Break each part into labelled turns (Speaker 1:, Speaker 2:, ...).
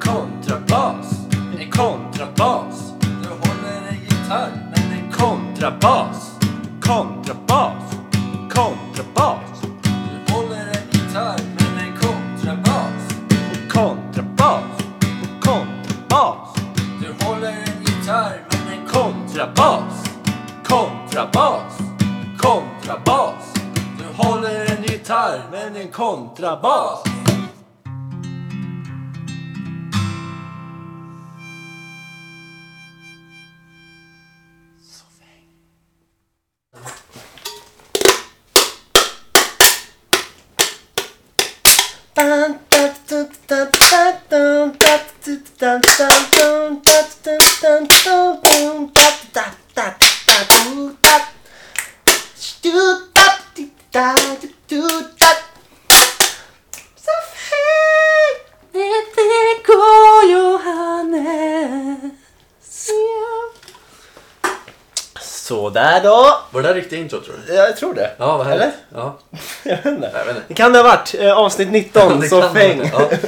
Speaker 1: kontrabas, en kontrabas. Du håller en gitarr, men en kontrabas, kontrabas, kontrabas. Du håller en gitarr, men en kontrabas, en kontrabas, en kontrabas. Du håller en gitarr, men en kontrabas, kontrabas, kontrabas. Du håller en gitarr, men en kontrabas.
Speaker 2: Så fint det det går Johannes. Sådär då.
Speaker 1: Var det där riktiga intro tror du?
Speaker 2: Jag tror det.
Speaker 1: Ja, vad härligt.
Speaker 2: Eller?
Speaker 1: Ja,
Speaker 2: Jag vet inte.
Speaker 1: jag vet inte.
Speaker 2: Det kan det ha varit. Eh, avsnitt 19,
Speaker 1: Det
Speaker 2: så
Speaker 1: kan
Speaker 2: fäng.
Speaker 1: man inte. Ja,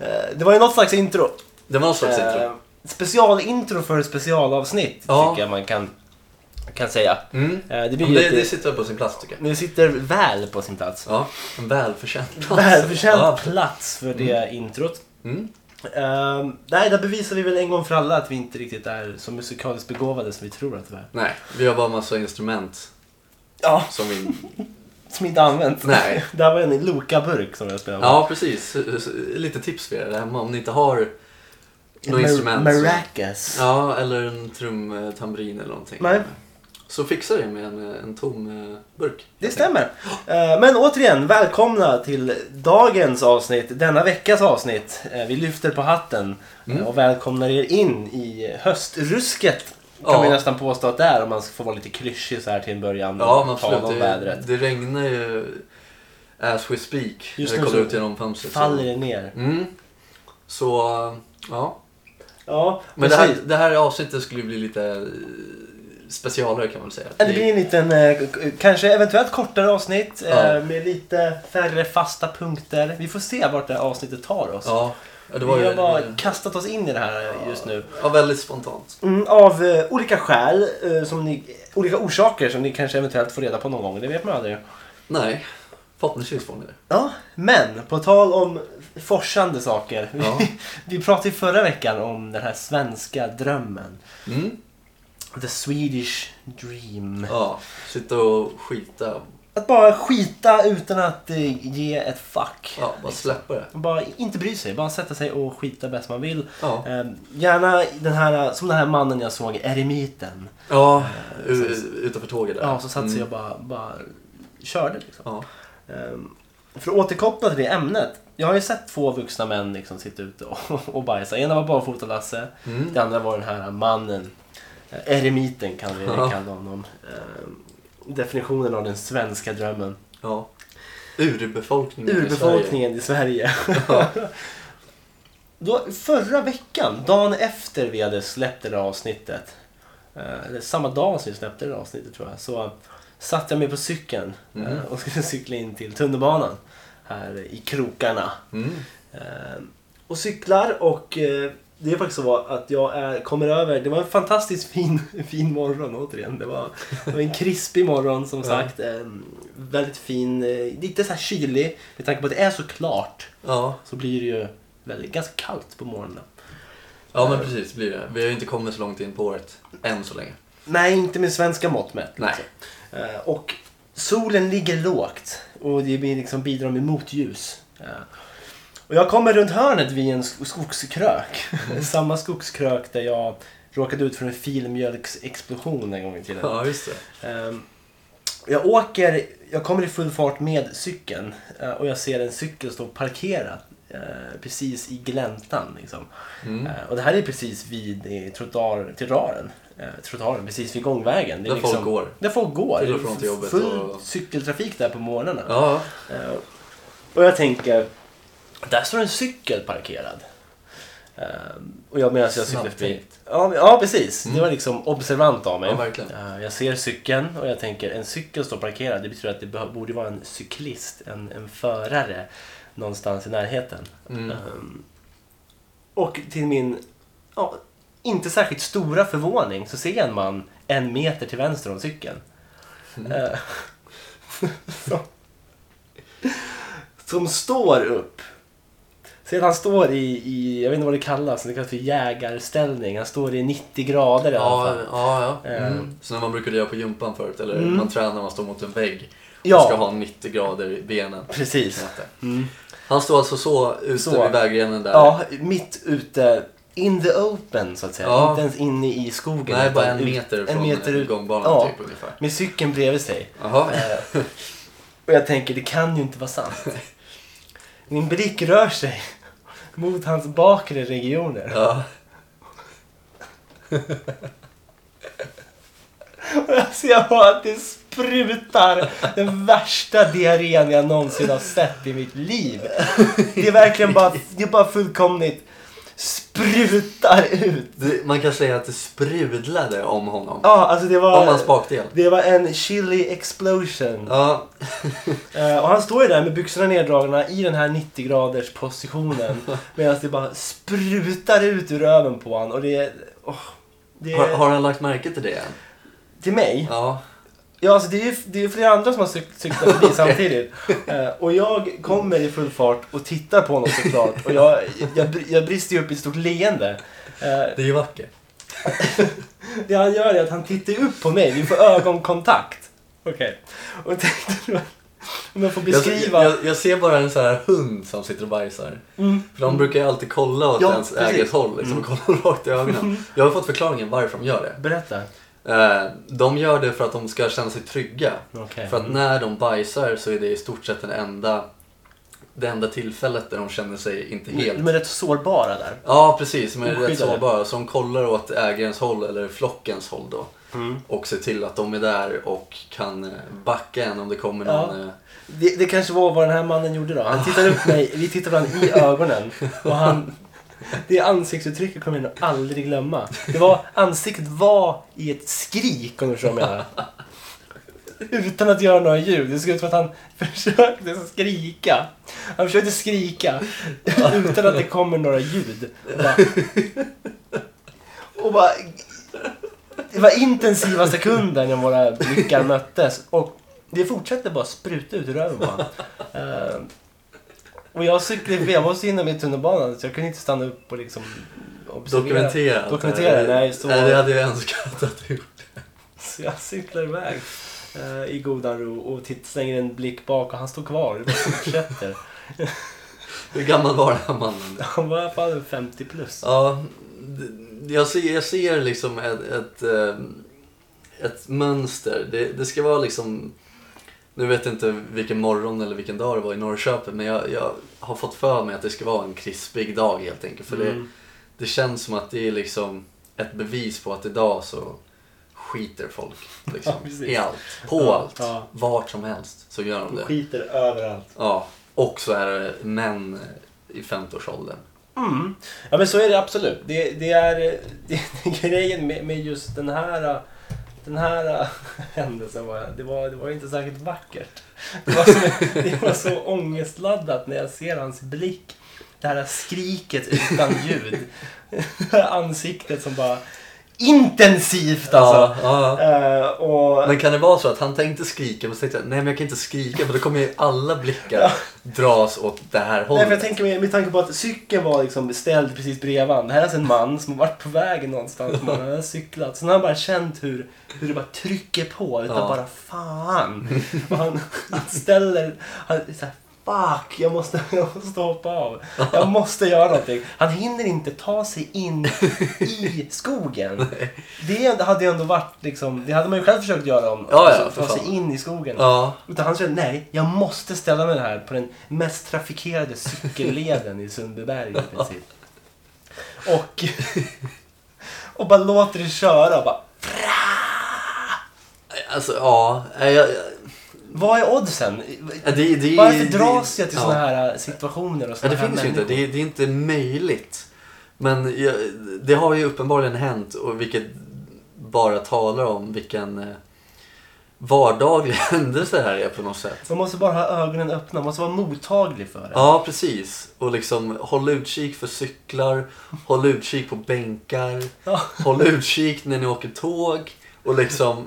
Speaker 2: Eh, Det var ju något slags intro.
Speaker 1: det var någon slags
Speaker 2: Eh,
Speaker 1: intro.
Speaker 2: Specialintro för specialavsnitt
Speaker 1: Ja.
Speaker 2: tycker jag man kan, kan säga.
Speaker 1: Mm.
Speaker 2: Eh, Det
Speaker 1: Ja,
Speaker 2: blir
Speaker 1: men
Speaker 2: ju
Speaker 1: Det, det
Speaker 2: ett,
Speaker 1: sitter på sin plats tycker jag.
Speaker 2: Nu sitter väl på sin plats.
Speaker 1: Ja, en välförtjänt plats.
Speaker 2: Välförtjänt
Speaker 1: Ja.
Speaker 2: plats för det introt.
Speaker 1: Mm.
Speaker 2: Ehm, nej, där bevisar vi väl en gång för alla att vi inte riktigt är så musikaliskt begåvade som vi tror att vi är.
Speaker 1: Nej, vi har bara massa instrument
Speaker 2: Ja,
Speaker 1: som vi...
Speaker 2: som inte används.
Speaker 1: Nej.
Speaker 2: Där var en i Loka-burk som jag spelade med.
Speaker 1: Ja, precis. Lite tips för er där hemma om ni inte har något
Speaker 2: Mar-
Speaker 1: instrument. så-
Speaker 2: Maracas.
Speaker 1: Ja, eller en trumtambrin eller någonting.
Speaker 2: Nej.
Speaker 1: Så fixa det med en, en tom eh, burk.
Speaker 2: Det stämmer. Eh, Men återigen, välkomna till dagens avsnitt, denna veckas avsnitt. Eh, Vi lyfter på hatten eh,
Speaker 1: Mm.
Speaker 2: och välkomnar er in i höstrusket. Kan
Speaker 1: Ja.
Speaker 2: man ju nästan påstå att det är om man får vara lite klyschig så här till en början. och
Speaker 1: Ja, men
Speaker 2: tala om
Speaker 1: absolut. Det,
Speaker 2: vädret.
Speaker 1: det regnar ju as we speak.
Speaker 2: Just
Speaker 1: när
Speaker 2: nu
Speaker 1: vi kollar
Speaker 2: så
Speaker 1: ut genom fönstret. så-
Speaker 2: Faller det ner.
Speaker 1: Mm. Så, eh, ja.
Speaker 2: Ja,
Speaker 1: Men det
Speaker 2: precis.
Speaker 1: här, det här avsnittet skulle ju bli lite eh, specialare kan man väl säga.
Speaker 2: Det blir en liten, eh, k- k- kanske eventuellt kortare avsnitt
Speaker 1: Ja.
Speaker 2: eh, med lite färre fasta punkter. Vi får se vart det här avsnittet tar oss.
Speaker 1: Ja, ja, det var
Speaker 2: Vi
Speaker 1: ju...
Speaker 2: har
Speaker 1: Det var
Speaker 2: bara
Speaker 1: ju
Speaker 2: kastat oss in i det här eh, just nu.
Speaker 1: ja, väldigt spontant.
Speaker 2: Mm, av eh, olika skäl, eh, som ni, olika orsaker som ni kanske eventuellt får reda på någon gång. Det vet man aldrig.
Speaker 1: Nej, förhoppningsvis får ni det.
Speaker 2: Ja, men på tal om forsande saker.
Speaker 1: Ja.
Speaker 2: Vi pratade ju förra veckan om den här svenska drömmen.
Speaker 1: Mm.
Speaker 2: The Swedish dream.
Speaker 1: Ja, sitta och skita.
Speaker 2: Att bara skita utan att eh, ge ett fuck. Liksom.
Speaker 1: Ja, bara släppa det.
Speaker 2: Bara inte bry sig, bara sätta sig och skita bäst man vill.
Speaker 1: Ja,
Speaker 2: Eh, Gärna den här, som den här mannen jag såg, eremiten.
Speaker 1: ja u- utanför tåget där.
Speaker 2: Ja, så satt sig
Speaker 1: Mm.
Speaker 2: och bara, bara körde liksom.
Speaker 1: Ja.
Speaker 2: Ehm, För att återkoppla till det ämnet. Jag har ju sett två vuxna män liksom sitta ute och, och bajsa. Ena var barfota Lasse.
Speaker 1: Mm.
Speaker 2: Det andra var den här mannen. Eh, Eremiten kan vi
Speaker 1: Ja.
Speaker 2: kalla honom. Ehm, Definitionen av den svenska drömmen.
Speaker 1: ja. Urbefolkningen i
Speaker 2: Urbefolkningen i Sverige.
Speaker 1: Ja.
Speaker 2: Då, förra veckan, dagen efter vi hade släppt det där avsnittet. eh, Eller samma dag som vi släppte det där avsnittet tror jag. Så satte jag mig på cykeln eh,
Speaker 1: Mm.
Speaker 2: och skulle cykla in till tunnelbanan. Här i krokarna.
Speaker 1: Sverige. Mm.
Speaker 2: Eh, Och cyklar och eh, det är faktiskt så att jag är, kommer över, det var en fantastiskt fin, fin morgon återigen. Det var, det var en krispig morgon som
Speaker 1: Ja.
Speaker 2: sagt. Eh, Väldigt fin, eh, lite så här kylig. Med tanke på att det är så klart
Speaker 1: Ja.
Speaker 2: så blir det ju väldigt, ganska kallt på morgonen.
Speaker 1: ja, men precis det blir det. Vi har ju inte kommit så långt in på året än så länge.
Speaker 2: Nej, inte med svenska mått mätt.
Speaker 1: Nej.
Speaker 2: Eh, Och solen ligger lågt och det blir liksom bidrar med motljus. Eh, Och jag kommer runt hörnet vid en sk- skogskrök. Samma skogskrök där jag råkade ut för en filmjölksexplosion en gång i tiden.
Speaker 1: Ja, just det.
Speaker 2: Ehm, Jag åker, jag kommer i full fart med cykeln eh, och jag ser en cykel stå parkerad eh, precis i gläntan. Liksom.
Speaker 1: Mm.
Speaker 2: Eh, Och det här är precis vid eh, trottoar, trottoaren, eh, trottoaren, precis vid gångvägen. Det är liksom-
Speaker 1: Där folk går.
Speaker 2: Där folk går.
Speaker 1: Till och från till jobbet
Speaker 2: Full
Speaker 1: och-
Speaker 2: cykeltrafik där på morgnarna.
Speaker 1: Ja,
Speaker 2: Eh, Och jag tänker, där står en cykel parkerad. Eh, Och jag menar så jag cyklar
Speaker 1: Snabbt
Speaker 2: förbi.
Speaker 1: tänkt.
Speaker 2: Ja, men- ja, precis. Det var liksom observant av mig.
Speaker 1: Mm. Ja, verkligen.
Speaker 2: Eh, Jag ser cykeln och jag tänker, en cykel står parkerad. Det betyder att det beh- borde vara en cyklist, en, en förare någonstans i närheten.
Speaker 1: Mm.
Speaker 2: Ehm, Och till min ja, inte särskilt stora förvåning så ser jag en man en meter till vänster om cykeln. Eh, som, som står upp. Ser att han står i, i, jag vet inte vad det kallas, det kallas för jägarställning. Han står i 90 grader i alla
Speaker 1: Ja,
Speaker 2: fall.
Speaker 1: ja, ja.
Speaker 2: Eh,
Speaker 1: Mm. Så när man brukade göra på gympan förut, eller
Speaker 2: Mm.
Speaker 1: man tränar man står mot en vägg och
Speaker 2: Ja.
Speaker 1: ska ha 90 grader i benen.
Speaker 2: Precis. Mm.
Speaker 1: Han står alltså så ute
Speaker 2: Så.
Speaker 1: vid vägrenen där.
Speaker 2: Ja, mitt ute. In the open så att säga.
Speaker 1: Ja.
Speaker 2: Inte ens inne i skogen.
Speaker 1: Nej, bara
Speaker 2: utan
Speaker 1: en
Speaker 2: ut-
Speaker 1: meter från
Speaker 2: en meter ut.
Speaker 1: gångbanan
Speaker 2: Ja.
Speaker 1: typ ungefär.
Speaker 2: Med cykeln bredvid sig.
Speaker 1: Jaha.
Speaker 2: Eh, Och jag tänker, det kan ju inte vara sant. Min blick rör sig mot hans bakre regioner.
Speaker 1: Ja.
Speaker 2: Och Alltså, jag ser bara att det sprutar den värsta diarrén jag någonsin har sett i mitt liv. Det är verkligen bara, det är bara fullkomligt sprutar ut.
Speaker 1: Det, man kan säga att det sprudlade om honom.
Speaker 2: Ja, alltså det var...
Speaker 1: Om hans bakdel.
Speaker 2: Det var en chili explosion.
Speaker 1: Ja.
Speaker 2: Eh, och han står ju där med byxorna neddragna i den här 90 graders positionen. Medan det bara sprutar ut ur röven på honom. Och det är... åh, det är
Speaker 1: Har, har han lagt märke till det än?
Speaker 2: Till mig?
Speaker 1: Ja.
Speaker 2: Ja, alltså det är ju det är ju flera andra som har cyk- cyklat förbi samtidigt. Eh, och jag kommer i full fart och tittar på honom såklart. Och jag, jag, br- jag brister ju upp i ett stort leende. Eh,
Speaker 1: Det är ju vackert.
Speaker 2: Det han gör är att han tittar ju upp på mig, vi får ögonkontakt. Okej. Och jag tänkte då, om jag får beskriva.
Speaker 1: Jag, jag, jag ser bara en sån här hund som sitter och bajsar.
Speaker 2: Mm.
Speaker 1: För de brukar ju alltid kolla åt
Speaker 2: Ja,
Speaker 1: ens
Speaker 2: precis. Mm.
Speaker 1: eget håll. Liksom, och kolla rakt i ögonen. Jag har fått förklaringen varför de gör det.
Speaker 2: Berätta.
Speaker 1: Eh, De gör det för att de ska känna sig trygga.
Speaker 2: Okej. Mm.
Speaker 1: För att när de bajsar så är det i stort sett den enda, det enda tillfället där de känner sig inte helt...
Speaker 2: De är rätt sårbara där.
Speaker 1: Ja, precis. Men rätt
Speaker 2: Oskyddade.
Speaker 1: sårbara. Så de kollar åt ägarens håll eller flockens håll då.
Speaker 2: Mm.
Speaker 1: Och ser till att de är där och kan eh, backa en om det kommer
Speaker 2: Ja.
Speaker 1: någon... eh,
Speaker 2: Det, det kanske var vad den här mannen gjorde då. Han tittade upp på mig, vi tittade varandra i ögonen. Och han, det ansiktsuttrycket kommer jag nog aldrig glömma. Det var, ansiktet var i ett skrik om du förstår vad jag menar. Utan att göra några ljud. Det såg ut som att han försökte skrika. Han försökte skrika utan att det kommer några ljud. Och bara, och bara, det var intensiva sekunder när våra blickar möttes. Och det fortsatte bara spruta ut ur röven på honom. Eh, Och jag cyklade förbi, jag var så inne med tunnelbanan så jag kunde inte stanna upp och liksom observera.
Speaker 1: Dokumentera.
Speaker 2: Dokumentera, nej, så-
Speaker 1: nej, det hade jag önskat att du gjort.
Speaker 2: Så jag cyklar iväg eh, i godan ro och titt, slänger en blick bak och han står kvar. Det bara fortsätter.
Speaker 1: Hur gammal var den här mannen?
Speaker 2: Han var i alla fall 50 plus.
Speaker 1: Ja, d- jag ser, jag ser liksom ett, ett, ehm, ett mönster. Det, det ska vara liksom... Nu vet jag inte vilken morgon eller vilken dag det var i Norrköping men jag, jag har fått för mig att det ska vara en krispig dag helt enkelt. För det,
Speaker 2: Mm.
Speaker 1: det känns som att det är liksom ett bevis på att idag så skiter folk liksom,
Speaker 2: Ja, precis.
Speaker 1: i allt. På
Speaker 2: Ja,
Speaker 1: allt.
Speaker 2: ja.
Speaker 1: Vart som helst så gör de
Speaker 2: De
Speaker 1: det.
Speaker 2: skiter överallt.
Speaker 1: Ja, och så är det män i 50-årsåldern.
Speaker 2: Mm. Ja men så är det absolut. Det, det är det, det, är grejen med, med just den här, den här äh, händelsen. Var, det, var, det var inte särskilt vackert. Det var, så, det var så ångestladdat när jag ser hans blick. Det här skriket utan ljud. Det här ansiktet som bara intensivt alltså.
Speaker 1: Ja, ja, ja.
Speaker 2: Eh, och,
Speaker 1: Men kan det vara så att han tänkte skrika men så tänkte jag, nej men jag kan inte skrika för då kommer ju alla blickar dras åt det här
Speaker 2: Nej,
Speaker 1: hållet.
Speaker 2: för jag tänker med, med tanke på att cykeln var liksom ställd precis bredvid. Det här är alltså en man som har varit på väg någonstans. Man har cyklat. Sen har han bara känt hur, hur det bara trycker på. Utan
Speaker 1: Ja.
Speaker 2: bara fan. Och han, han ställer... Han är så här, Fuck, jag måste, jag måste hoppa av. Jag måste göra någonting. Han hinner inte ta sig in i skogen. Det hade ju ändå varit liksom, det hade man ju själv försökt göra om.
Speaker 1: Ja, ja,
Speaker 2: alltså,
Speaker 1: för
Speaker 2: ta sig
Speaker 1: fan.
Speaker 2: in i skogen.
Speaker 1: Ja,
Speaker 2: Utan han kände, nej, jag måste ställa mig här på den mest trafikerade cykelleden i Sundbyberg i princip. Och, och bara låter det köra. Bara,
Speaker 1: alltså ja. Jag, jag,
Speaker 2: vad är oddsen?
Speaker 1: det, det, det,
Speaker 2: Varför dras jag till
Speaker 1: ja.
Speaker 2: såna här situationer och
Speaker 1: Ja,
Speaker 2: såna
Speaker 1: det
Speaker 2: här
Speaker 1: finns ju inte.
Speaker 2: människor?
Speaker 1: Det, är- det är inte möjligt. Men jag, det har ju uppenbarligen hänt och vilket bara talar om vilken eh, vardagliga händelser här är på något sätt.
Speaker 2: Man måste bara ha ögonen öppna, man måste vara mottaglig för det.
Speaker 1: Ja, precis. Och liksom håll utkik för cyklar, håll utkik på bänkar,
Speaker 2: Ja.
Speaker 1: håll utkik när ni åker tåg. Och liksom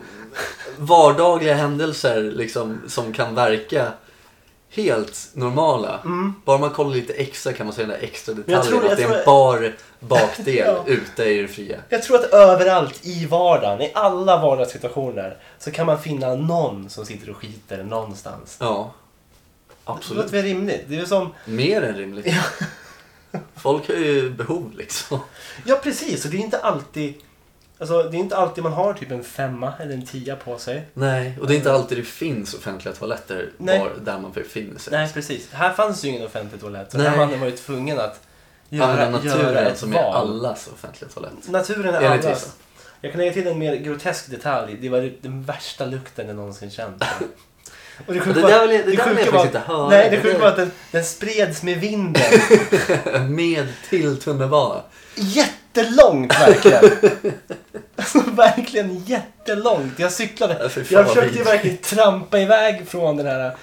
Speaker 1: vardagliga händelser liksom, som kan verka helt normala. Bara man kollar lite extra kan man se den där extra detaljen.
Speaker 2: tror- Mm. jag
Speaker 1: att det är
Speaker 2: tror-
Speaker 1: en bar bakdel
Speaker 2: Ja.
Speaker 1: ute i det fria.
Speaker 2: Jag tror att överallt i vardagen, i alla vardagssituationer, så kan man finna någon som sitter och skiter någonstans.
Speaker 1: Ja,
Speaker 2: Det
Speaker 1: absolut.
Speaker 2: låter väl rimligt? Det är ju som...
Speaker 1: Mer än rimligt. Folk har ju behov liksom.
Speaker 2: Ja, precis. Och det är inte alltid... Alltså, det är inte alltid man har typ en femma eller en tia på sig.
Speaker 1: Nej, och det är inte alltid det finns offentliga toaletter
Speaker 2: Eh. Nej.
Speaker 1: var, där man befinner sig.
Speaker 2: Nej, precis. Här fanns ju ingen offentlig toalett. Så
Speaker 1: Nej.
Speaker 2: här hade man ju varit tvungen att göra,
Speaker 1: Använda
Speaker 2: göra
Speaker 1: naturen
Speaker 2: ett
Speaker 1: som
Speaker 2: val.
Speaker 1: är alltså allas offentliga toalett.
Speaker 2: Naturen är
Speaker 1: Enligt
Speaker 2: allas.
Speaker 1: vissa.
Speaker 2: Jag kan lägga till en mer grotesk detalj. Det var den värsta lukten jag någonsin känt. Och det
Speaker 1: Det
Speaker 2: sjuka
Speaker 1: där
Speaker 2: var-
Speaker 1: vill jag, det där vill
Speaker 2: sjuka
Speaker 1: jag faktiskt
Speaker 2: var-
Speaker 1: inte höra.
Speaker 2: Nej, det sjuka var att den, den spreds med vinden.
Speaker 1: Med till tunnelbana.
Speaker 2: Jättelångt verkligen. Alltså verkligen jättelångt. Jag cyklade.
Speaker 1: Ja, fy fan,
Speaker 2: Jag
Speaker 1: vad
Speaker 2: försökte ju
Speaker 1: vidrigt.
Speaker 2: verkligen trampa iväg från den här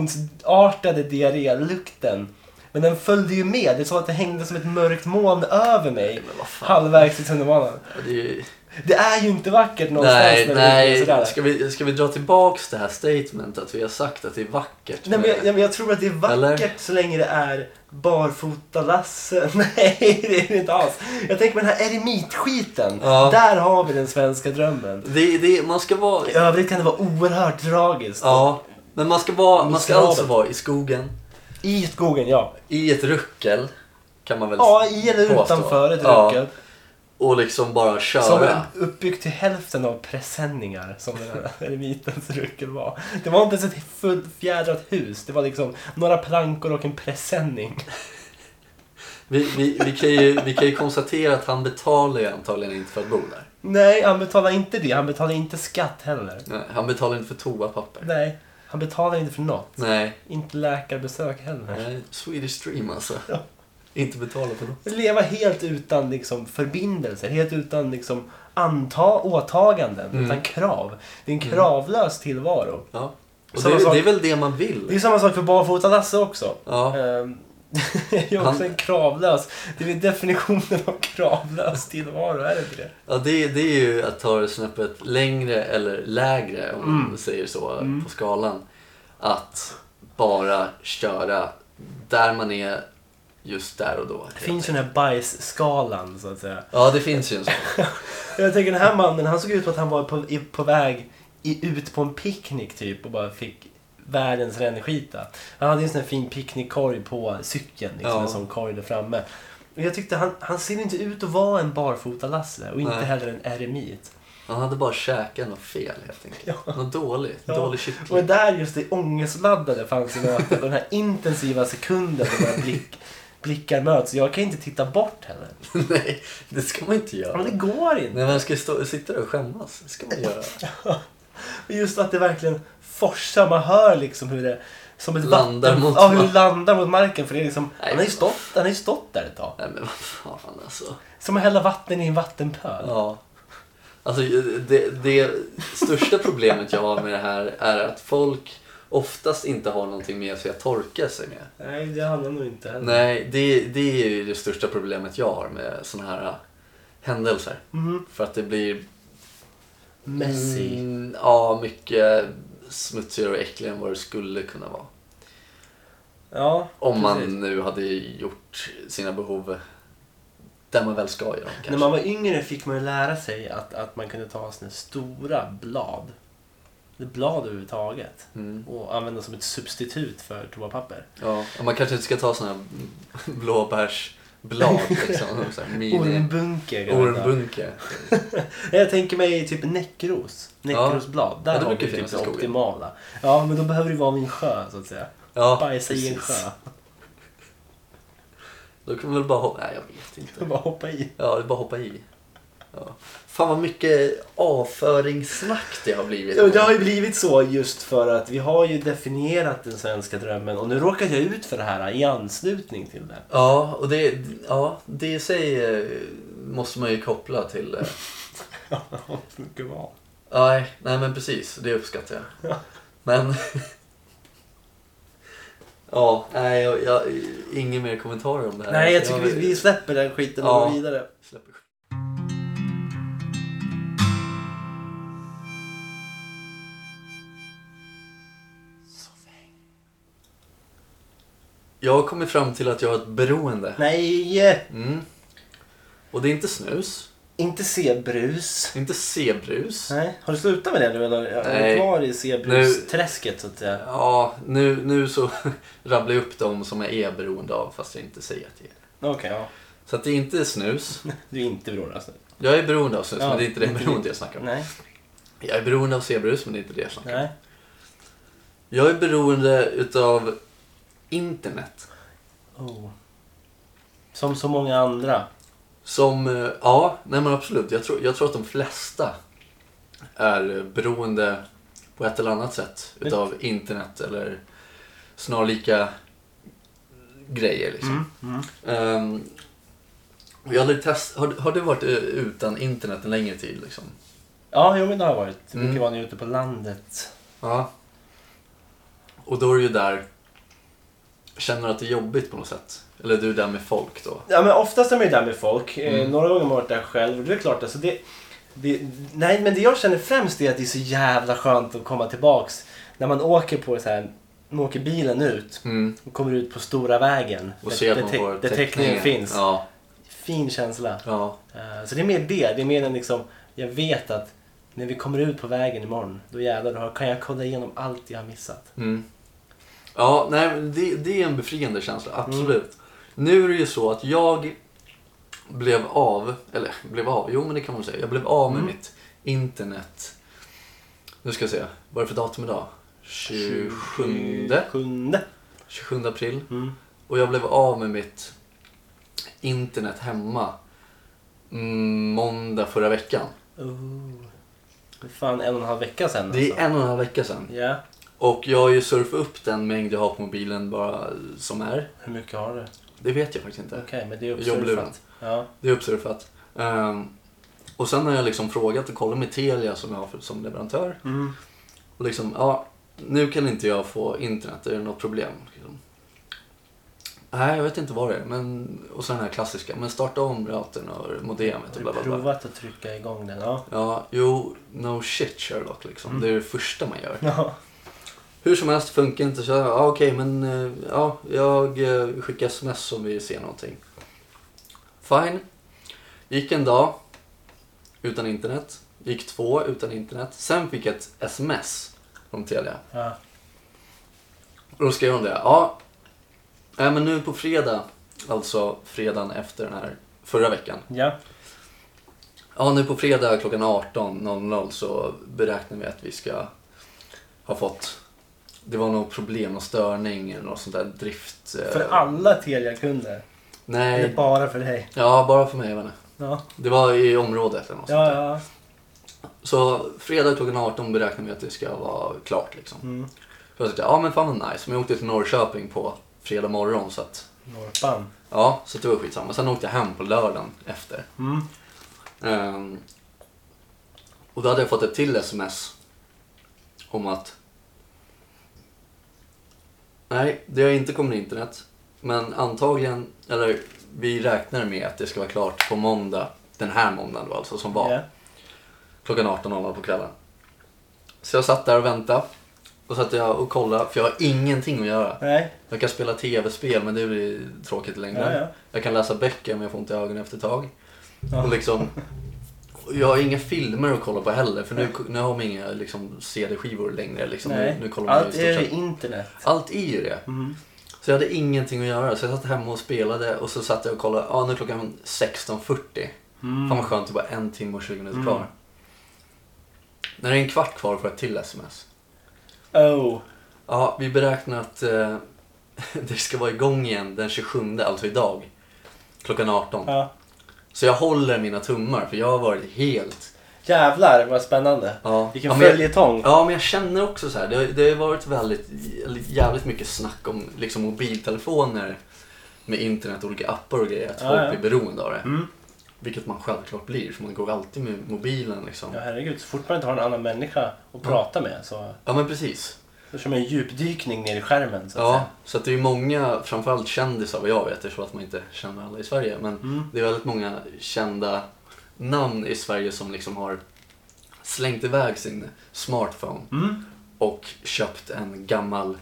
Speaker 2: explosionsartade diarrélukten. Men den följde ju med. Det är så att det hängde som ett mörkt moln över mig.
Speaker 1: Men vad fan.
Speaker 2: Halvvägs i tunnelbanan.
Speaker 1: Det är ju...
Speaker 2: Det är ju inte vackert någonstans
Speaker 1: Nej,
Speaker 2: när det är sådär.
Speaker 1: nej. Ska vi, ska vi dra tillbaks det här statementet att vi har sagt att det är vackert?
Speaker 2: Nej men, jag, nej, men jag tror att det är vackert
Speaker 1: Eller?
Speaker 2: så länge det är barfota-Lasse. Nej, det är det inte alls. Jag tänker på den här eremitskiten.
Speaker 1: Ja.
Speaker 2: Där har vi den svenska drömmen.
Speaker 1: det, det, man ska vara...
Speaker 2: I övrigt kan det vara oerhört tragiskt.
Speaker 1: Ja. Men man ska, vara, man ska
Speaker 2: Miserabel.
Speaker 1: alltså vara i skogen,
Speaker 2: I skogen, ja.
Speaker 1: i ett ruckel, kan man väl
Speaker 2: Ja, i eller
Speaker 1: påstå.
Speaker 2: utanför ett
Speaker 1: Ja.
Speaker 2: ruckel.
Speaker 1: Och liksom bara
Speaker 2: Som
Speaker 1: köra.
Speaker 2: är uppbyggt till hälften av presenningar som den här eremitens ruckel var. Det var inte ens ett fullfjädrat hus. Det var liksom några plankor och en presenning.
Speaker 1: Vi, vi, vi, kan ju, vi kan ju konstatera att han betalar ju antagligen inte för att bo där.
Speaker 2: Nej, han betalar inte det. Han betalar inte skatt heller.
Speaker 1: Nej, Han betalar inte för toapapper.
Speaker 2: Nej, han betalar inte för något.
Speaker 1: Nej.
Speaker 2: Inte läkarbesök heller.
Speaker 1: Nej. Swedish Dream alltså.
Speaker 2: Ja.
Speaker 1: Inte betala för något.
Speaker 2: Leva helt utan liksom, förbindelser, helt utan liksom, anta åtaganden,
Speaker 1: Mm.
Speaker 2: utan krav. Det är en kravlös tillvaro.
Speaker 1: Ja. Och
Speaker 2: Samma
Speaker 1: det,
Speaker 2: sak-
Speaker 1: det är väl det man
Speaker 2: Det är
Speaker 1: vill?
Speaker 2: samma sak för barfota-Lasse också.
Speaker 1: Ja.
Speaker 2: Ehm, Det är också
Speaker 1: Han-
Speaker 2: en kravlös. Det är definitionen av kravlös tillvaro, är det inte det?
Speaker 1: ja det, det är ju att ta det snäppet längre eller lägre, om
Speaker 2: Mm.
Speaker 1: man säger så, på skalan. Att bara köra där man är just där och då.
Speaker 2: Det finns ju den här bajsskalan så att säga.
Speaker 1: Ja, det finns ju en sån.
Speaker 2: Jag tänker den här mannen, han såg ut som att han var på, i, på väg i, ut på en picknick typ och bara fick världens rännskita. Han hade ju en sån här fin picknickkorg på cykeln, liksom,
Speaker 1: Ja.
Speaker 2: en sån korg där framme. Och jag tyckte han, han ser inte ut att vara en barfota-Lasse och inte
Speaker 1: Nej.
Speaker 2: heller en eremit.
Speaker 1: Han hade bara käkat något fel helt enkelt. Något dåligt.
Speaker 2: Ja.
Speaker 1: Dålig
Speaker 2: Och det
Speaker 1: kyckling.
Speaker 2: där just det ångestladdade fanns i mötet och den här intensiva sekunden då våra blick, blickar möts. Jag kan inte titta bort heller.
Speaker 1: Nej, det ska man inte göra.
Speaker 2: Men det går inte.
Speaker 1: Nej, man ska stå, sitta där och skämmas. Det ska man göra.
Speaker 2: Och Just att det verkligen forsar, man hör liksom hur det som ett
Speaker 1: Landar
Speaker 2: vatten,
Speaker 1: mot
Speaker 2: ja, hur det
Speaker 1: marken.
Speaker 2: landar mot marken. För det är liksom,
Speaker 1: Nej,
Speaker 2: han, har ju
Speaker 1: men-
Speaker 2: stått, han har ju stått där ett tag.
Speaker 1: Nej, men vad fan alltså.
Speaker 2: Som att hälla vatten i en vattenpöl.
Speaker 1: Ja. Alltså, det, det största problemet jag har med det här är att folk oftast inte har någonting med sig att torka sig med.
Speaker 2: Nej, det handlar nog inte heller.
Speaker 1: Nej, det, det är ju det största problemet jag har med såna här äh, händelser.
Speaker 2: Mhm.
Speaker 1: För att det blir...
Speaker 2: Messi.
Speaker 1: Mm, ja, mycket smutsigare och äckligare än vad det skulle kunna vara.
Speaker 2: Ja,
Speaker 1: Om
Speaker 2: precis.
Speaker 1: man nu hade gjort sina behov där man väl ska göra dem
Speaker 2: När
Speaker 1: kanske.
Speaker 2: man var yngre fick man ju lära sig att, att man kunde ta såna stora blad. Eller Blad överhuvudtaget.
Speaker 1: Mm.
Speaker 2: Och använda som ett substitut för toapapper.
Speaker 1: Ja, och man kanske inte ska ta såna här blåbärsblad liksom. Så här mini-
Speaker 2: Ormbunke. kan man ta.
Speaker 1: Ormbunke.
Speaker 2: Nej, Jag tänker mig typ näckros. Näckrosblad. Där
Speaker 1: Ja, det
Speaker 2: har vi
Speaker 1: brukar
Speaker 2: typ
Speaker 1: finnas i
Speaker 2: det
Speaker 1: skogen.
Speaker 2: optimala. Ja, men då behöver det vara vid en sjö så att säga.
Speaker 1: Ja,
Speaker 2: Bajsa i en
Speaker 1: precis.
Speaker 2: sjö.
Speaker 1: Då kan man väl bara hoppa... Nej, jag vet inte.
Speaker 2: Bara hoppa i.
Speaker 1: Ja, det är bara hoppa i. Ja. Fan vad mycket avföringssnack det har blivit.
Speaker 2: Ja, Det har ju blivit så just för att vi har ju definierat den svenska drömmen och nu råkar jag ut för det här i anslutning till det.
Speaker 1: Ja, och det, ja, det i sig eh, måste man ju koppla till... eh,
Speaker 2: Ja, det brukar vara.
Speaker 1: Nej, nej men precis. Det uppskattar jag.
Speaker 2: Ja.
Speaker 1: Men... ja, nej, jag, jag, inga mer kommentarer om det här.
Speaker 2: Nej, jag tycker vi, vi släpper den skiten och
Speaker 1: Ja.
Speaker 2: går vidare.
Speaker 1: släpper. Jag har kommit fram till att jag har ett beroende.
Speaker 2: Nej, eh,
Speaker 1: Mm. Och det är inte snus,
Speaker 2: inte C-brus.
Speaker 1: det är inte C-brus.
Speaker 2: Nej. Har du slutat med det nu eller? Är
Speaker 1: Nej.
Speaker 2: du kvar i C-brusträsket så att säga?
Speaker 1: Ja, nu, nu så rabblar jag upp dem som jag är beroende av fast jag inte säger att jag är.
Speaker 2: Okej, ja.
Speaker 1: Så att det är inte snus.
Speaker 2: Du är inte beroende alltså?
Speaker 1: Jag är beroende av snus
Speaker 2: Ja,
Speaker 1: men det är inte det
Speaker 2: inte det.
Speaker 1: beroende jag snackar om.
Speaker 2: Nej.
Speaker 1: Jag är beroende av C-brus men det är inte det jag snackar om.
Speaker 2: Nej.
Speaker 1: Jag är beroende utav internet.
Speaker 2: Oh. Som så många andra.
Speaker 1: Som, eh, ja, nej men absolut. Jag tror, jag tror att de flesta är beroende på ett eller annat sätt
Speaker 2: Men-
Speaker 1: utav internet eller snarlika grejer liksom.
Speaker 2: Mm.
Speaker 1: Ehm, och jag har, aldrig test, har, har du varit eh, utan internet en längre tid liksom?
Speaker 2: Ja, jo men det har jag varit. Det brukar
Speaker 1: Mm.
Speaker 2: vara när jag är ute på landet.
Speaker 1: Ja. Och då är du ju där, känner du att det är jobbigt på något sätt? Eller du är där med folk då?
Speaker 2: Ja, men oftast är man ju där med folk. Eh,
Speaker 1: Mm.
Speaker 2: Några gånger har man varit där själv. Och det är klart, alltså det, det, nej, men det jag känner främst är att det är så jävla skönt att komma tillbaks. När man åker på så här, man åker bilen ut
Speaker 1: Mm.
Speaker 2: och kommer ut på stora vägen.
Speaker 1: Och
Speaker 2: där,
Speaker 1: se att
Speaker 2: där
Speaker 1: man
Speaker 2: te-
Speaker 1: får
Speaker 2: där täckningen finns.
Speaker 1: Ja,
Speaker 2: Fin känsla.
Speaker 1: ja.
Speaker 2: Eh, Så det är mer det. Det är mer än liksom, jag vet att när vi kommer ut på vägen imorgon, då jävlar då kan jag kolla igenom allt jag har missat.
Speaker 1: Mm. Ja, nej, men det, det är en befriande känsla, absolut. Nu är det ju så att jag blev av, eller blev av, jo men det kan man säga. Jag blev av med mitt internet. Nu ska jag se, vad är det för datum idag? 27,
Speaker 2: 27.
Speaker 1: 27 april.
Speaker 2: Mm.
Speaker 1: Och jag blev av med mitt internet hemma mm, måndag förra veckan.
Speaker 2: Oh. Det är fan en och en halv vecka sedan
Speaker 1: Det är
Speaker 2: alltså.
Speaker 1: en och en halv vecka sedan.
Speaker 2: Ja.
Speaker 1: Och jag har ju surfat upp den mängd jag har på mobilen bara som är.
Speaker 2: Hur mycket har du?
Speaker 1: Det vet jag faktiskt inte.
Speaker 2: Okej, men det är
Speaker 1: Jobbluren.
Speaker 2: uppsurfat. Ja.
Speaker 1: Det är uppsurfat. Ehm, och sen har jag liksom frågat och kollat med Telia som jag har för, som leverantör.
Speaker 2: Mm.
Speaker 1: Och liksom, ja, nu kan inte jag få internet, är det något problem? Liksom. Nej, jag vet inte vad det är. Men, och sen den här klassiska, men starta om routern och modemet
Speaker 2: Har
Speaker 1: och
Speaker 2: du
Speaker 1: bla bla bla.
Speaker 2: provat att trycka igång den? Ja.
Speaker 1: Ja, jo, no shit Sherlock liksom. Det är det första man gör.
Speaker 2: Ja.
Speaker 1: Hur som helst funkar inte så jag, ja, okej men eh, ja, jag eh, skickar sms om vi ser någonting. Fine. Gick en dag utan internet. Gick två utan internet. Sen fick jag ett sms från Telia.
Speaker 2: ja.
Speaker 1: Och då skrev hon det. Ja, nej, men nu på fredag, alltså fredagen efter den här förra veckan.
Speaker 2: ja.
Speaker 1: Ja, nu på fredag klockan 18.00 så beräknar vi att vi ska ha fått... Det var något problem, någon störning eller något sånt där drift... eh,
Speaker 2: För alla Telia-kunder? Eller
Speaker 1: Nej.
Speaker 2: bara för dig?
Speaker 1: Ja, bara för mig. Jag vet inte.
Speaker 2: Ja.
Speaker 1: Det var i området eller något sånt
Speaker 2: Ja,
Speaker 1: där.
Speaker 2: ja.
Speaker 1: Så fredag klockan 18 beräknar vi att det ska vara klart liksom.
Speaker 2: Mm.
Speaker 1: Så jag tänkte, ja men fan vad nice. Men jag åkte till Norrköping på fredag morgon så att...
Speaker 2: Norpan.
Speaker 1: Ja, så det var skitsamma. Sen åkte jag hem på lördagen efter.
Speaker 2: Mm.
Speaker 1: Ehm, och då hade jag fått ett till sms om att Nej, det har inte kommit internet. Men antagligen, eller vi räknar med att det ska vara klart på måndag. Den här måndagen då alltså, som var
Speaker 2: Ja.
Speaker 1: klockan 18.00 på kvällen. Så jag satt där och väntade. Och satt jag och kollade, för jag har ingenting att göra.
Speaker 2: Nej.
Speaker 1: Jag kan spela tv-spel, men det blir tråkigt i längden.
Speaker 2: Ja, ja.
Speaker 1: Jag kan läsa böcker, men jag får inte ögonen efter ett tag.
Speaker 2: Ja.
Speaker 1: Och liksom, och jag har inga filmer att kolla på heller för nu, nu har man inga liksom, CD-skivor längre. Liksom. Nu,
Speaker 2: Nej.
Speaker 1: nu kollar man
Speaker 2: Allt
Speaker 1: i stort
Speaker 2: är ju
Speaker 1: sett-
Speaker 2: internet.
Speaker 1: Allt är ju det.
Speaker 2: Mm.
Speaker 1: Så jag hade ingenting att göra. Så jag satt hemma och spelade och så satt jag och kollade. Ja, nu är klockan 16.40. Fan vad skönt, det är bara en timme och 20 minuter
Speaker 2: Mm.
Speaker 1: kvar. När det är en kvart kvar får jag ett till sms.
Speaker 2: Oh.
Speaker 1: Ja, vi beräknar att eh, det ska vara igång igen den 27, alltså idag. Klockan 18.
Speaker 2: Ja.
Speaker 1: Så jag håller mina tummar för jag har varit helt
Speaker 2: Jävlar vad spännande.
Speaker 1: Ja.
Speaker 2: Vilken
Speaker 1: ja, men jag,
Speaker 2: följetong.
Speaker 1: ja, men jag känner också så här. Det, har- det har varit väldigt, eller jävligt mycket snack om liksom, mobiltelefoner med internet, olika appar och grejer. Att
Speaker 2: Ja,
Speaker 1: folk
Speaker 2: ja.
Speaker 1: blir beroende av det.
Speaker 2: Mm.
Speaker 1: Vilket man självklart blir, för man går alltid med mobilen liksom.
Speaker 2: Ja, herregud. Så fort man inte har en annan människa att prata med så,
Speaker 1: Ja men precis.
Speaker 2: så kör man en djupdykning ner i skärmen. Så att
Speaker 1: Ja,
Speaker 2: säga.
Speaker 1: så att det är många, framförallt kändisar vad jag vet, eftersom att man inte känner alla i Sverige. Men
Speaker 2: Mm.
Speaker 1: det är väldigt många kända namn i Sverige som liksom har slängt iväg sin smartphone
Speaker 2: Mm.
Speaker 1: och köpt en gammal,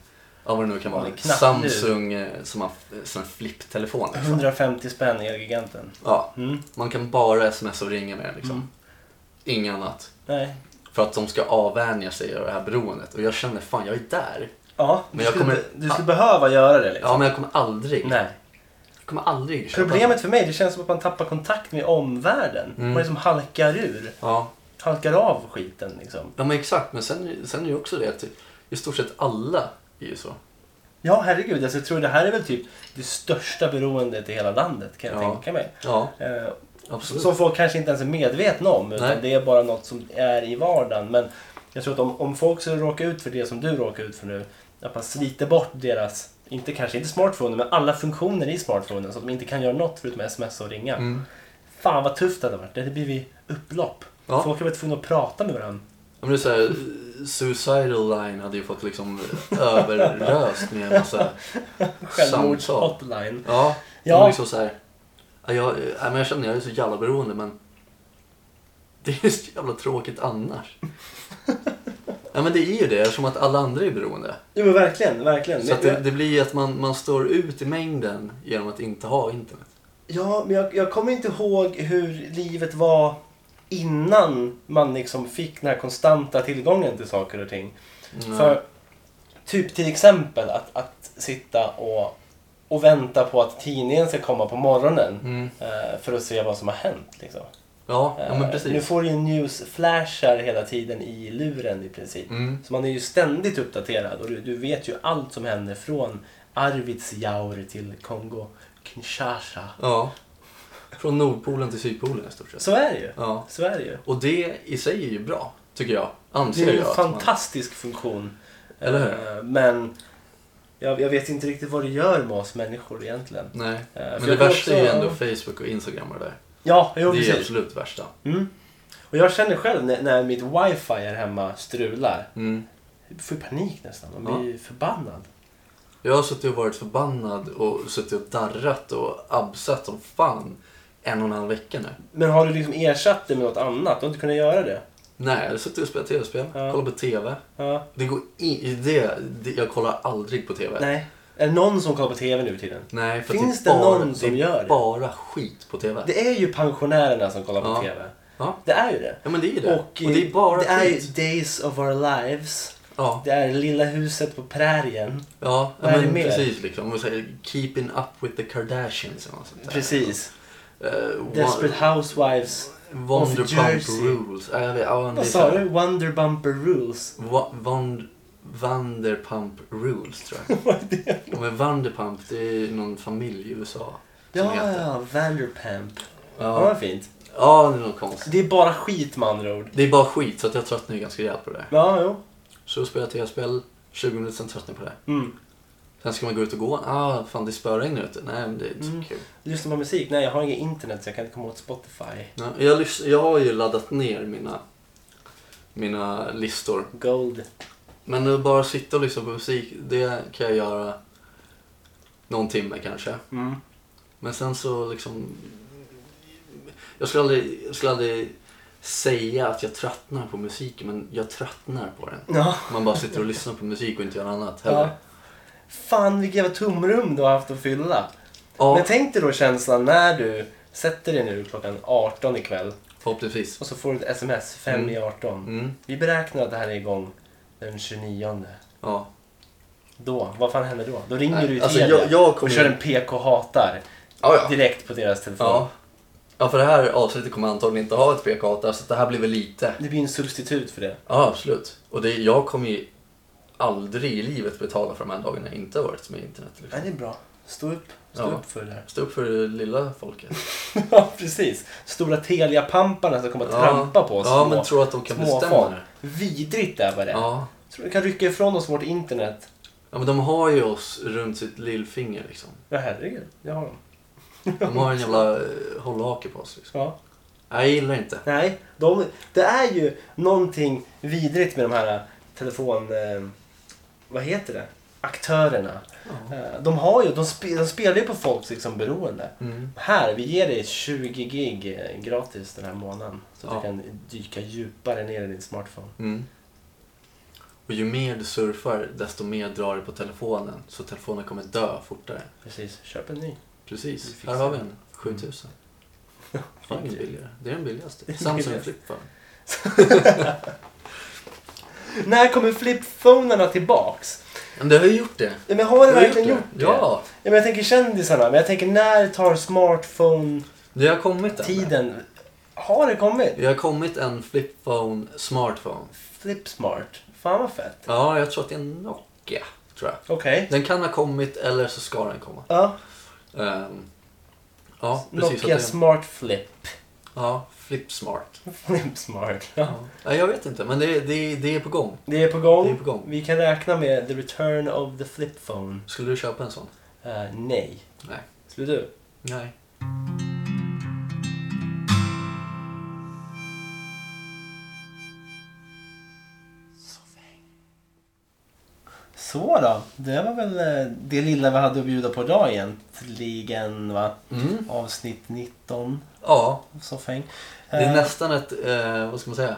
Speaker 1: ja vad det nu kan vara,
Speaker 2: Ja, en knapp
Speaker 1: Samsung eh, som har sån här flipptelefon. Liksom.
Speaker 2: 150 spänn i Elgiganten.
Speaker 1: Ja,
Speaker 2: Mm.
Speaker 1: man kan bara sms och ringa med liksom.
Speaker 2: Mm.
Speaker 1: Inget annat.
Speaker 2: Nej.
Speaker 1: För att de ska avvänja sig av det här beroendet. Och jag känner fan, jag är där.
Speaker 2: Ja,
Speaker 1: Men
Speaker 2: du
Speaker 1: jag
Speaker 2: skulle,
Speaker 1: kommer-
Speaker 2: du skulle behöva göra det liksom.
Speaker 1: Ja, men jag kommer aldrig, jag
Speaker 2: Nej.
Speaker 1: kommer aldrig köpa.
Speaker 2: Problemet för mig, det känns som att man tappar kontakt med omvärlden.
Speaker 1: Mm.
Speaker 2: Man liksom halkar ur.
Speaker 1: Ja,
Speaker 2: Halkar av skiten liksom.
Speaker 1: Ja men exakt, men sen, sen är ju också det att i stort sett alla är ju så.
Speaker 2: Ja, herregud. Alltså, jag tror det här är väl typ det största beroendet i hela landet kan jag
Speaker 1: Ja.
Speaker 2: tänka mig.
Speaker 1: Ja,
Speaker 2: Eh,
Speaker 1: absolut.
Speaker 2: Som folk kanske inte ens är medvetna om. Utan
Speaker 1: Nej.
Speaker 2: det är bara något som är i vardagen. Men jag tror att om, om folk skulle råka ut för det som du råkar ut för nu. Att man sliter bort deras, inte kanske inte smartphone, men alla funktioner i smartphonen. Så att de inte kan göra något förutom sms och ringa.
Speaker 1: Mm.
Speaker 2: Fan vad tufft det hade varit. Det hade blivit upplopp.
Speaker 1: Ja.
Speaker 2: Folk hade varit tvungna att prata med varandra.
Speaker 1: Ja, men det är så här, Suicidal Line hade ju fått liksom överröst med en massa samtal.
Speaker 2: Självmords-hotline.
Speaker 1: Ja,
Speaker 2: Ja.
Speaker 1: ja. Liksom så här, ja, jag, ja, men jag känner jag är så jävla beroende men det är ju så jävla tråkigt annars. Ja men det är ju det eftersom att alla andra är beroende.
Speaker 2: Jo men verkligen, verkligen.
Speaker 1: Så
Speaker 2: Men
Speaker 1: att det,
Speaker 2: jag-
Speaker 1: det blir ju att man, man står ut i mängden genom att inte ha internet.
Speaker 2: Ja, men jag, jag kommer inte ihåg hur livet var innan man liksom fick den här konstanta tillgången till saker och ting.
Speaker 1: Nej.
Speaker 2: För typ till exempel att, att sitta och, och vänta på att tidningen ska komma på morgonen
Speaker 1: Mm.
Speaker 2: eh, för att se vad som har hänt. Liksom.
Speaker 1: Ja, ja men
Speaker 2: Eh, Nu
Speaker 1: precis.
Speaker 2: får du ju newsflashar hela tiden i luren i princip.
Speaker 1: Mm.
Speaker 2: Så man är ju ständigt uppdaterad och du, du vet ju allt som händer från Arvidsjaur till Kongo-Kinshasa.
Speaker 1: Ja. Från Nordpolen till Sydpolen i stort sett.
Speaker 2: Så är det ju.
Speaker 1: Ja.
Speaker 2: Så är det ju.
Speaker 1: Och det i sig är ju bra, tycker jag.
Speaker 2: Det
Speaker 1: Anser
Speaker 2: är ju
Speaker 1: jag.
Speaker 2: en
Speaker 1: att man-
Speaker 2: fantastisk funktion.
Speaker 1: Eller hur?
Speaker 2: Eh, Men jag, jag vet inte riktigt vad det gör med oss människor egentligen.
Speaker 1: Nej.
Speaker 2: Eh, för
Speaker 1: Men det
Speaker 2: jag kan
Speaker 1: värsta är ju
Speaker 2: också-
Speaker 1: ändå Facebook och Instagram och det där.
Speaker 2: Ja, jo,
Speaker 1: det är ju
Speaker 2: precis.
Speaker 1: absolut värsta.
Speaker 2: Mm. Och jag känner själv när, när mitt wifi här hemma strular.
Speaker 1: Mm.
Speaker 2: Jag får ju panik nästan. Man blir ju förbannad.
Speaker 1: Jag har suttit och varit förbannad och suttit och darrat och absat som fan en och en halv vecka nu.
Speaker 2: Men har du liksom ersatt det med något annat? Du har inte kunnat göra det?
Speaker 1: Nej, jag har suttit och spelat tv-spel,
Speaker 2: Ja.
Speaker 1: kollat på tv.
Speaker 2: Ja.
Speaker 1: Det går i, i det, det, jag kollar aldrig på tv.
Speaker 2: Nej. Är det någon som kollar på TV nu för tiden?
Speaker 1: Nej, för
Speaker 2: Finns
Speaker 1: att det, är
Speaker 2: det
Speaker 1: bara,
Speaker 2: någon som
Speaker 1: är
Speaker 2: gör det?
Speaker 1: bara skit på tv.
Speaker 2: Det är ju pensionärerna som kollar på
Speaker 1: Ja.
Speaker 2: TV.
Speaker 1: Ja.
Speaker 2: Det är ju det.
Speaker 1: ja, men det är ju det. Och,
Speaker 2: eh,
Speaker 1: det är bara
Speaker 2: det är ju
Speaker 1: skit.
Speaker 2: Days of Our Lives.
Speaker 1: Ja.
Speaker 2: Det är Lilla huset på prärien.
Speaker 1: Ja,
Speaker 2: Vad
Speaker 1: ja,
Speaker 2: är det
Speaker 1: men
Speaker 2: mer?
Speaker 1: precis liksom. Och så här, Keeping up with the Kardashians eller något sånt där.
Speaker 2: Precis.
Speaker 1: Eh, Wa-
Speaker 2: Desperate Housewives. of
Speaker 1: Wonderpump
Speaker 2: Jersey.
Speaker 1: rules. Ja, jag vet, ja, men det är
Speaker 2: Vad
Speaker 1: så här.
Speaker 2: sa du? Wonder Bumper Rules.
Speaker 1: Wa- Wand- Vanderpump rules tror jag. Vad är det? Men Vanderpump det är någon familj i USA. som
Speaker 2: Ja,
Speaker 1: heter.
Speaker 2: ja, Vanderpamp. Ja,
Speaker 1: Ja.
Speaker 2: vad fint.
Speaker 1: ja, det är något konstigt.
Speaker 2: Det är bara skit med andra ord.
Speaker 1: Det är bara skit så att jag tröttnar ju ganska rejält på det där.
Speaker 2: Ja, jo.
Speaker 1: Så jag spelar tv-spel, 20 minuter sen tröttnar jag på det.
Speaker 2: Mm.
Speaker 1: Sen ska man gå ut och gå. Ah, fan det spöregnar ute. Nej, men det är inte så
Speaker 2: Mm.
Speaker 1: kul.
Speaker 2: Lyssnar på musik? Nej, jag har inget internet så jag kan inte komma åt Spotify.
Speaker 1: Ja, jag, lys- jag har ju laddat ner mina, mina listor.
Speaker 2: Gold.
Speaker 1: Men att bara sitta och lyssna på musik, det kan jag göra någon timme kanske.
Speaker 2: Mm.
Speaker 1: Men sen så liksom... Jag skulle aldrig, jag skulle aldrig säga att jag tröttnar på musiken, men jag tröttnar på den.
Speaker 2: Ja.
Speaker 1: Man bara sitter och lyssnar på musik och inte gör något annat
Speaker 2: ja.
Speaker 1: heller.
Speaker 2: Fan vilket jävla tomrum du har haft att fylla.
Speaker 1: Ja,
Speaker 2: Men tänk dig då känslan när du sätter dig nu klockan 18 ikväll
Speaker 1: förhoppningsvis.
Speaker 2: och så får du ett sms 5 i 18.
Speaker 1: Mm,
Speaker 2: Vi beräknar att det här är igång den 29.
Speaker 1: ja.
Speaker 2: Då, vad fan händer då? Då ringer
Speaker 1: Nej,
Speaker 2: du ju
Speaker 1: alltså,
Speaker 2: Telia
Speaker 1: jag- jag
Speaker 2: och
Speaker 1: kommer-
Speaker 2: kör en PK-hatar
Speaker 1: Ja, ja.
Speaker 2: direkt på deras telefon.
Speaker 1: Ja. ja, för det här avsnittet kommer antagligen inte ha ett PK-hat, så det här blir väl lite.
Speaker 2: Det blir en substitut för det.
Speaker 1: Ja, absolut. Och det, jag kommer ju aldrig i livet betala för de här dagarna jag inte har varit med internet.
Speaker 2: Ja,
Speaker 1: Liksom.
Speaker 2: det är bra. Stå upp. Stå
Speaker 1: Ja.
Speaker 2: upp för det här.
Speaker 1: Stå upp för det lilla folket.
Speaker 2: ja, precis. Stora Telia-pamparna som kommer att
Speaker 1: Ja.
Speaker 2: trampa på oss.
Speaker 1: Ja,
Speaker 2: små-
Speaker 1: men tror att de kan
Speaker 2: småfång.
Speaker 1: bestämma det.
Speaker 2: Vidrigt det här var det.
Speaker 1: Ja.
Speaker 2: Tror du kan rycka ifrån oss vårt internet?
Speaker 1: ja, men de har ju oss runt sitt lillfinger liksom.
Speaker 2: Ja, herregud. Det har de.
Speaker 1: De har en jävla eh, hållhake på sig. Liksom.
Speaker 2: Ja.
Speaker 1: Nej, Jag gillar inte.
Speaker 2: Nej, de, det är ju någonting vidrigt med de här telefon... Eh, vad heter det? Aktörerna. Eh, De, har ju, de, spe, de spelar ju på folks liksom beroende.
Speaker 1: Mm.
Speaker 2: Här, vi ger dig 20 gig eh, gratis den här månaden. Så att
Speaker 1: Ja.
Speaker 2: du kan dyka djupare ner i din smartphone.
Speaker 1: Mm. Och ju mer du surfar, desto mer drar du på telefonen. Så telefonen kommer dö fortare.
Speaker 2: Precis, köp en ny.
Speaker 1: Precis.
Speaker 2: Vi fixar
Speaker 1: Här har vi
Speaker 2: det.
Speaker 1: en. 7000. Fan, det är billigare. Det är den billigaste.
Speaker 2: Det är
Speaker 1: Samsung
Speaker 2: billigast.
Speaker 1: Flip Phone.
Speaker 2: När kommer flipfonerna tillbaks?
Speaker 1: Men det har ju gjort det.
Speaker 2: Ja, Men har det
Speaker 1: Det har
Speaker 2: verkligen gjort det?
Speaker 1: Ja,
Speaker 2: Ja, men jag tänker kändisarna, men jag tänker när tar smartphone-tiden...
Speaker 1: det har kommit en.
Speaker 2: Har det kommit?
Speaker 1: Det har kommit en Flip Phone smartphone.
Speaker 2: Flipsmart. Fan vad fett.
Speaker 1: Ja, jag tror att det är en Nokia. Tror jag.
Speaker 2: Okej.
Speaker 1: Den kan ha kommit eller så ska den komma.
Speaker 2: Ja,
Speaker 1: Ehm, ja, precis.
Speaker 2: Nokia
Speaker 1: att det,
Speaker 2: Smart Flip.
Speaker 1: ja, Flip Smart.
Speaker 2: Flipsmart. Ja.
Speaker 1: Ja. Ja, jag vet inte, men det, det, det är på gång.
Speaker 2: Det är på gång.
Speaker 1: Det är på gång.
Speaker 2: Vi kan räkna med the return of the flip phone.
Speaker 1: Skulle du köpa en sån?
Speaker 2: Eh, nej.
Speaker 1: Nej.
Speaker 2: Skulle du?
Speaker 1: Nej.
Speaker 2: Så då. Det var väl eh, det lilla vi hade att bjuda på idag egentligen va?
Speaker 1: Mm.
Speaker 2: Avsnitt 19
Speaker 1: Ja,
Speaker 2: av Soffhäng.
Speaker 1: det är
Speaker 2: Eh,
Speaker 1: nästan ett, eh, vad ska man säga,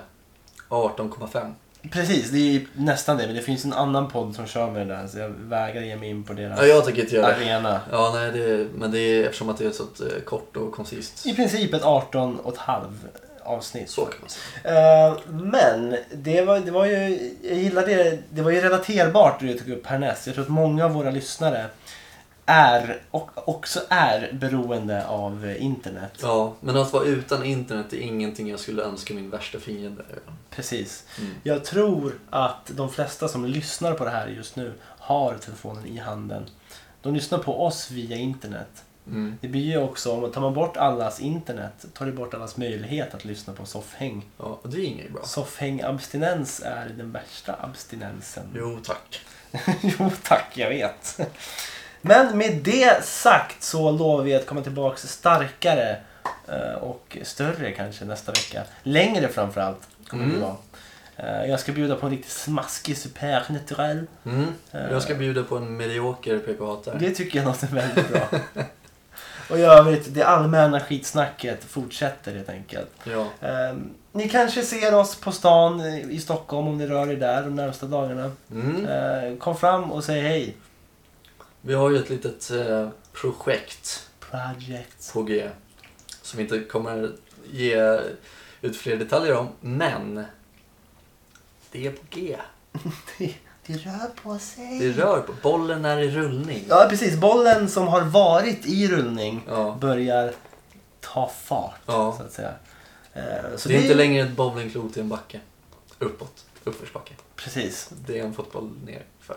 Speaker 1: 18,5.
Speaker 2: Precis, det är ju nästan det. Men det finns en annan podd som kör med det där så jag vägrar ge mig in på deras
Speaker 1: Ja, jag tänker inte göra det.
Speaker 2: arena.
Speaker 1: Ja, nej, det, men det är eftersom att det är ett sånt eh, kort och koncist.
Speaker 2: I princip ett 18 och ett halv avsnitt.
Speaker 1: Så kan man säga.
Speaker 2: Eh, men det var, det var ju, jag gillar det, det var ju relaterbart det du tog upp härnäst. Jag tror att många av våra lyssnare är och också är beroende av eh, internet.
Speaker 1: Ja, men att vara utan internet är ingenting jag skulle önska min värsta fiende.
Speaker 2: Precis.
Speaker 1: Mm.
Speaker 2: Jag tror att de flesta som lyssnar på det här just nu har telefonen i handen. De lyssnar på oss via internet.
Speaker 1: Mm.
Speaker 2: Det blir ju också, om tar man bort allas internet, tar det bort allas möjlighet att lyssna på soffhäng.
Speaker 1: Ja, och det är inget bra.
Speaker 2: Soffhängabstinens är den värsta abstinensen.
Speaker 1: Jo, tack.
Speaker 2: Jo tack, jag vet. Men med det sagt så lovar vi att komma tillbaka starkare eh, och större kanske nästa vecka. Längre framförallt kommer
Speaker 1: Mm.
Speaker 2: det vara. Eh, Jag ska bjuda på en riktigt smaskig supernatural.
Speaker 1: Mm. Jag ska bjuda på en medioker PK-hatare.
Speaker 2: Det tycker jag låter väldigt bra. Och i övrigt, det allmänna skitsnacket fortsätter helt enkelt.
Speaker 1: Ja.
Speaker 2: Eh, Ni kanske ser oss på stan eh, i Stockholm om ni rör er där de närmsta dagarna.
Speaker 1: Mm.
Speaker 2: Eh, Kom fram och säg hej.
Speaker 1: Vi har ju ett litet eh, projekt
Speaker 2: Project.
Speaker 1: på G som vi inte kommer ge ut fler detaljer om, men det är på G.
Speaker 2: Det, det rör på sig.
Speaker 1: Det rör på. Bollen är i rullning.
Speaker 2: Mm. Ja, precis. Bollen som har varit i rullning
Speaker 1: Ja.
Speaker 2: börjar ta fart,
Speaker 1: Ja.
Speaker 2: så att säga. Eh, Så
Speaker 1: Det är inte längre ett bowlingklot i en backe. Uppåt. Uppförsbacke.
Speaker 2: Precis.
Speaker 1: Det är en fotboll nerför.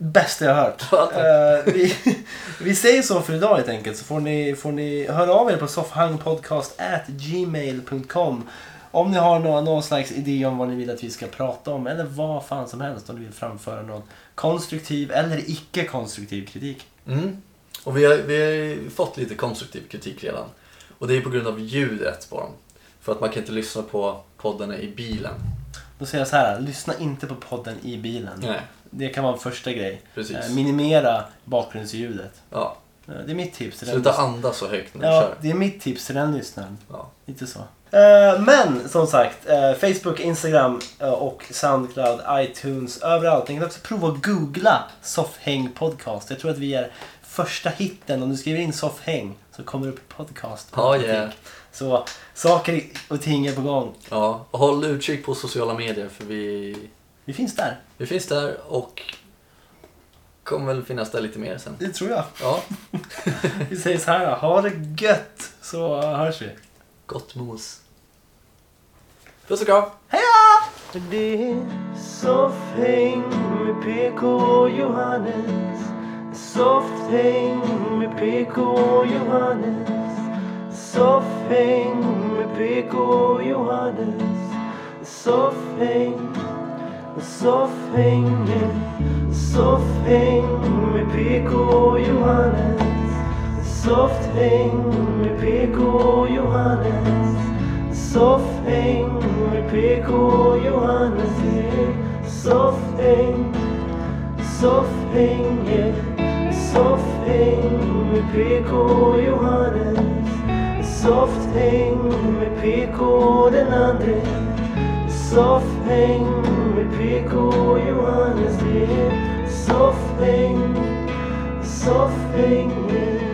Speaker 2: Bästa jag har hört.
Speaker 1: Ja, tack.
Speaker 2: Eh, vi, vi säger så för idag helt enkelt. Så får ni, får ni höra av er på soffhangpodcast.gmail.com om ni har någon, någon slags idé om vad ni vill att vi ska prata om eller vad fan som helst om ni vill framföra någon konstruktiv eller icke konstruktiv kritik.
Speaker 1: Mm. Och vi har, vi har ju fått lite konstruktiv kritik redan. Och det är på grund av ljudet på dem. För att man kan inte lyssna på poddarna i bilen.
Speaker 2: Då säger jag så här, lyssna inte på podden i bilen.
Speaker 1: Nej,
Speaker 2: Det kan vara en första grej. Eh,
Speaker 1: precis.
Speaker 2: Minimera bakgrundsljudet.
Speaker 1: Ja.
Speaker 2: Eh, Det är mitt tips till den
Speaker 1: Sluta
Speaker 2: lyssnaren.
Speaker 1: andas så högt när du
Speaker 2: Ja,
Speaker 1: kör.
Speaker 2: det är mitt tips till den lyssnaren.
Speaker 1: Ja.
Speaker 2: Lite så. Eh, Men som sagt, eh, Facebook, Instagram eh, och Soundcloud, iTunes, överallt. Ni kan också prova att googla Soffhäng podcast. Jag tror att vi är första hitten. Om du skriver in Soffhäng så kommer det upp podcast.
Speaker 1: Ja, yeah.
Speaker 2: Så saker och ting är på gång.
Speaker 1: ja. Och håll utkik på sociala medier för vi,
Speaker 2: Vi finns där.
Speaker 1: vi finns där och kommer väl finnas där lite mer sen.
Speaker 2: Det tror jag.
Speaker 1: Ja,
Speaker 2: Vi säger så här, ha det gött så hörs vi.
Speaker 1: gott mos. Puss och kram!
Speaker 2: Det är soffhäng med PK och Johannes Softhäng med PK och Johannes Soffhäng med PK och Johannes Soffhäng Soffhäng Soffhäng med PK och Johannes
Speaker 3: Soffhäng med PK och Johannes Soffhäng med PK och Johannes yeah. Soffhäng Soffhäng yeah. Soffhäng med PK och Johannes Soffhäng med PK och den andre Soffhäng med PK och Johannes yeah. Soffhäng Soffhäng yeah.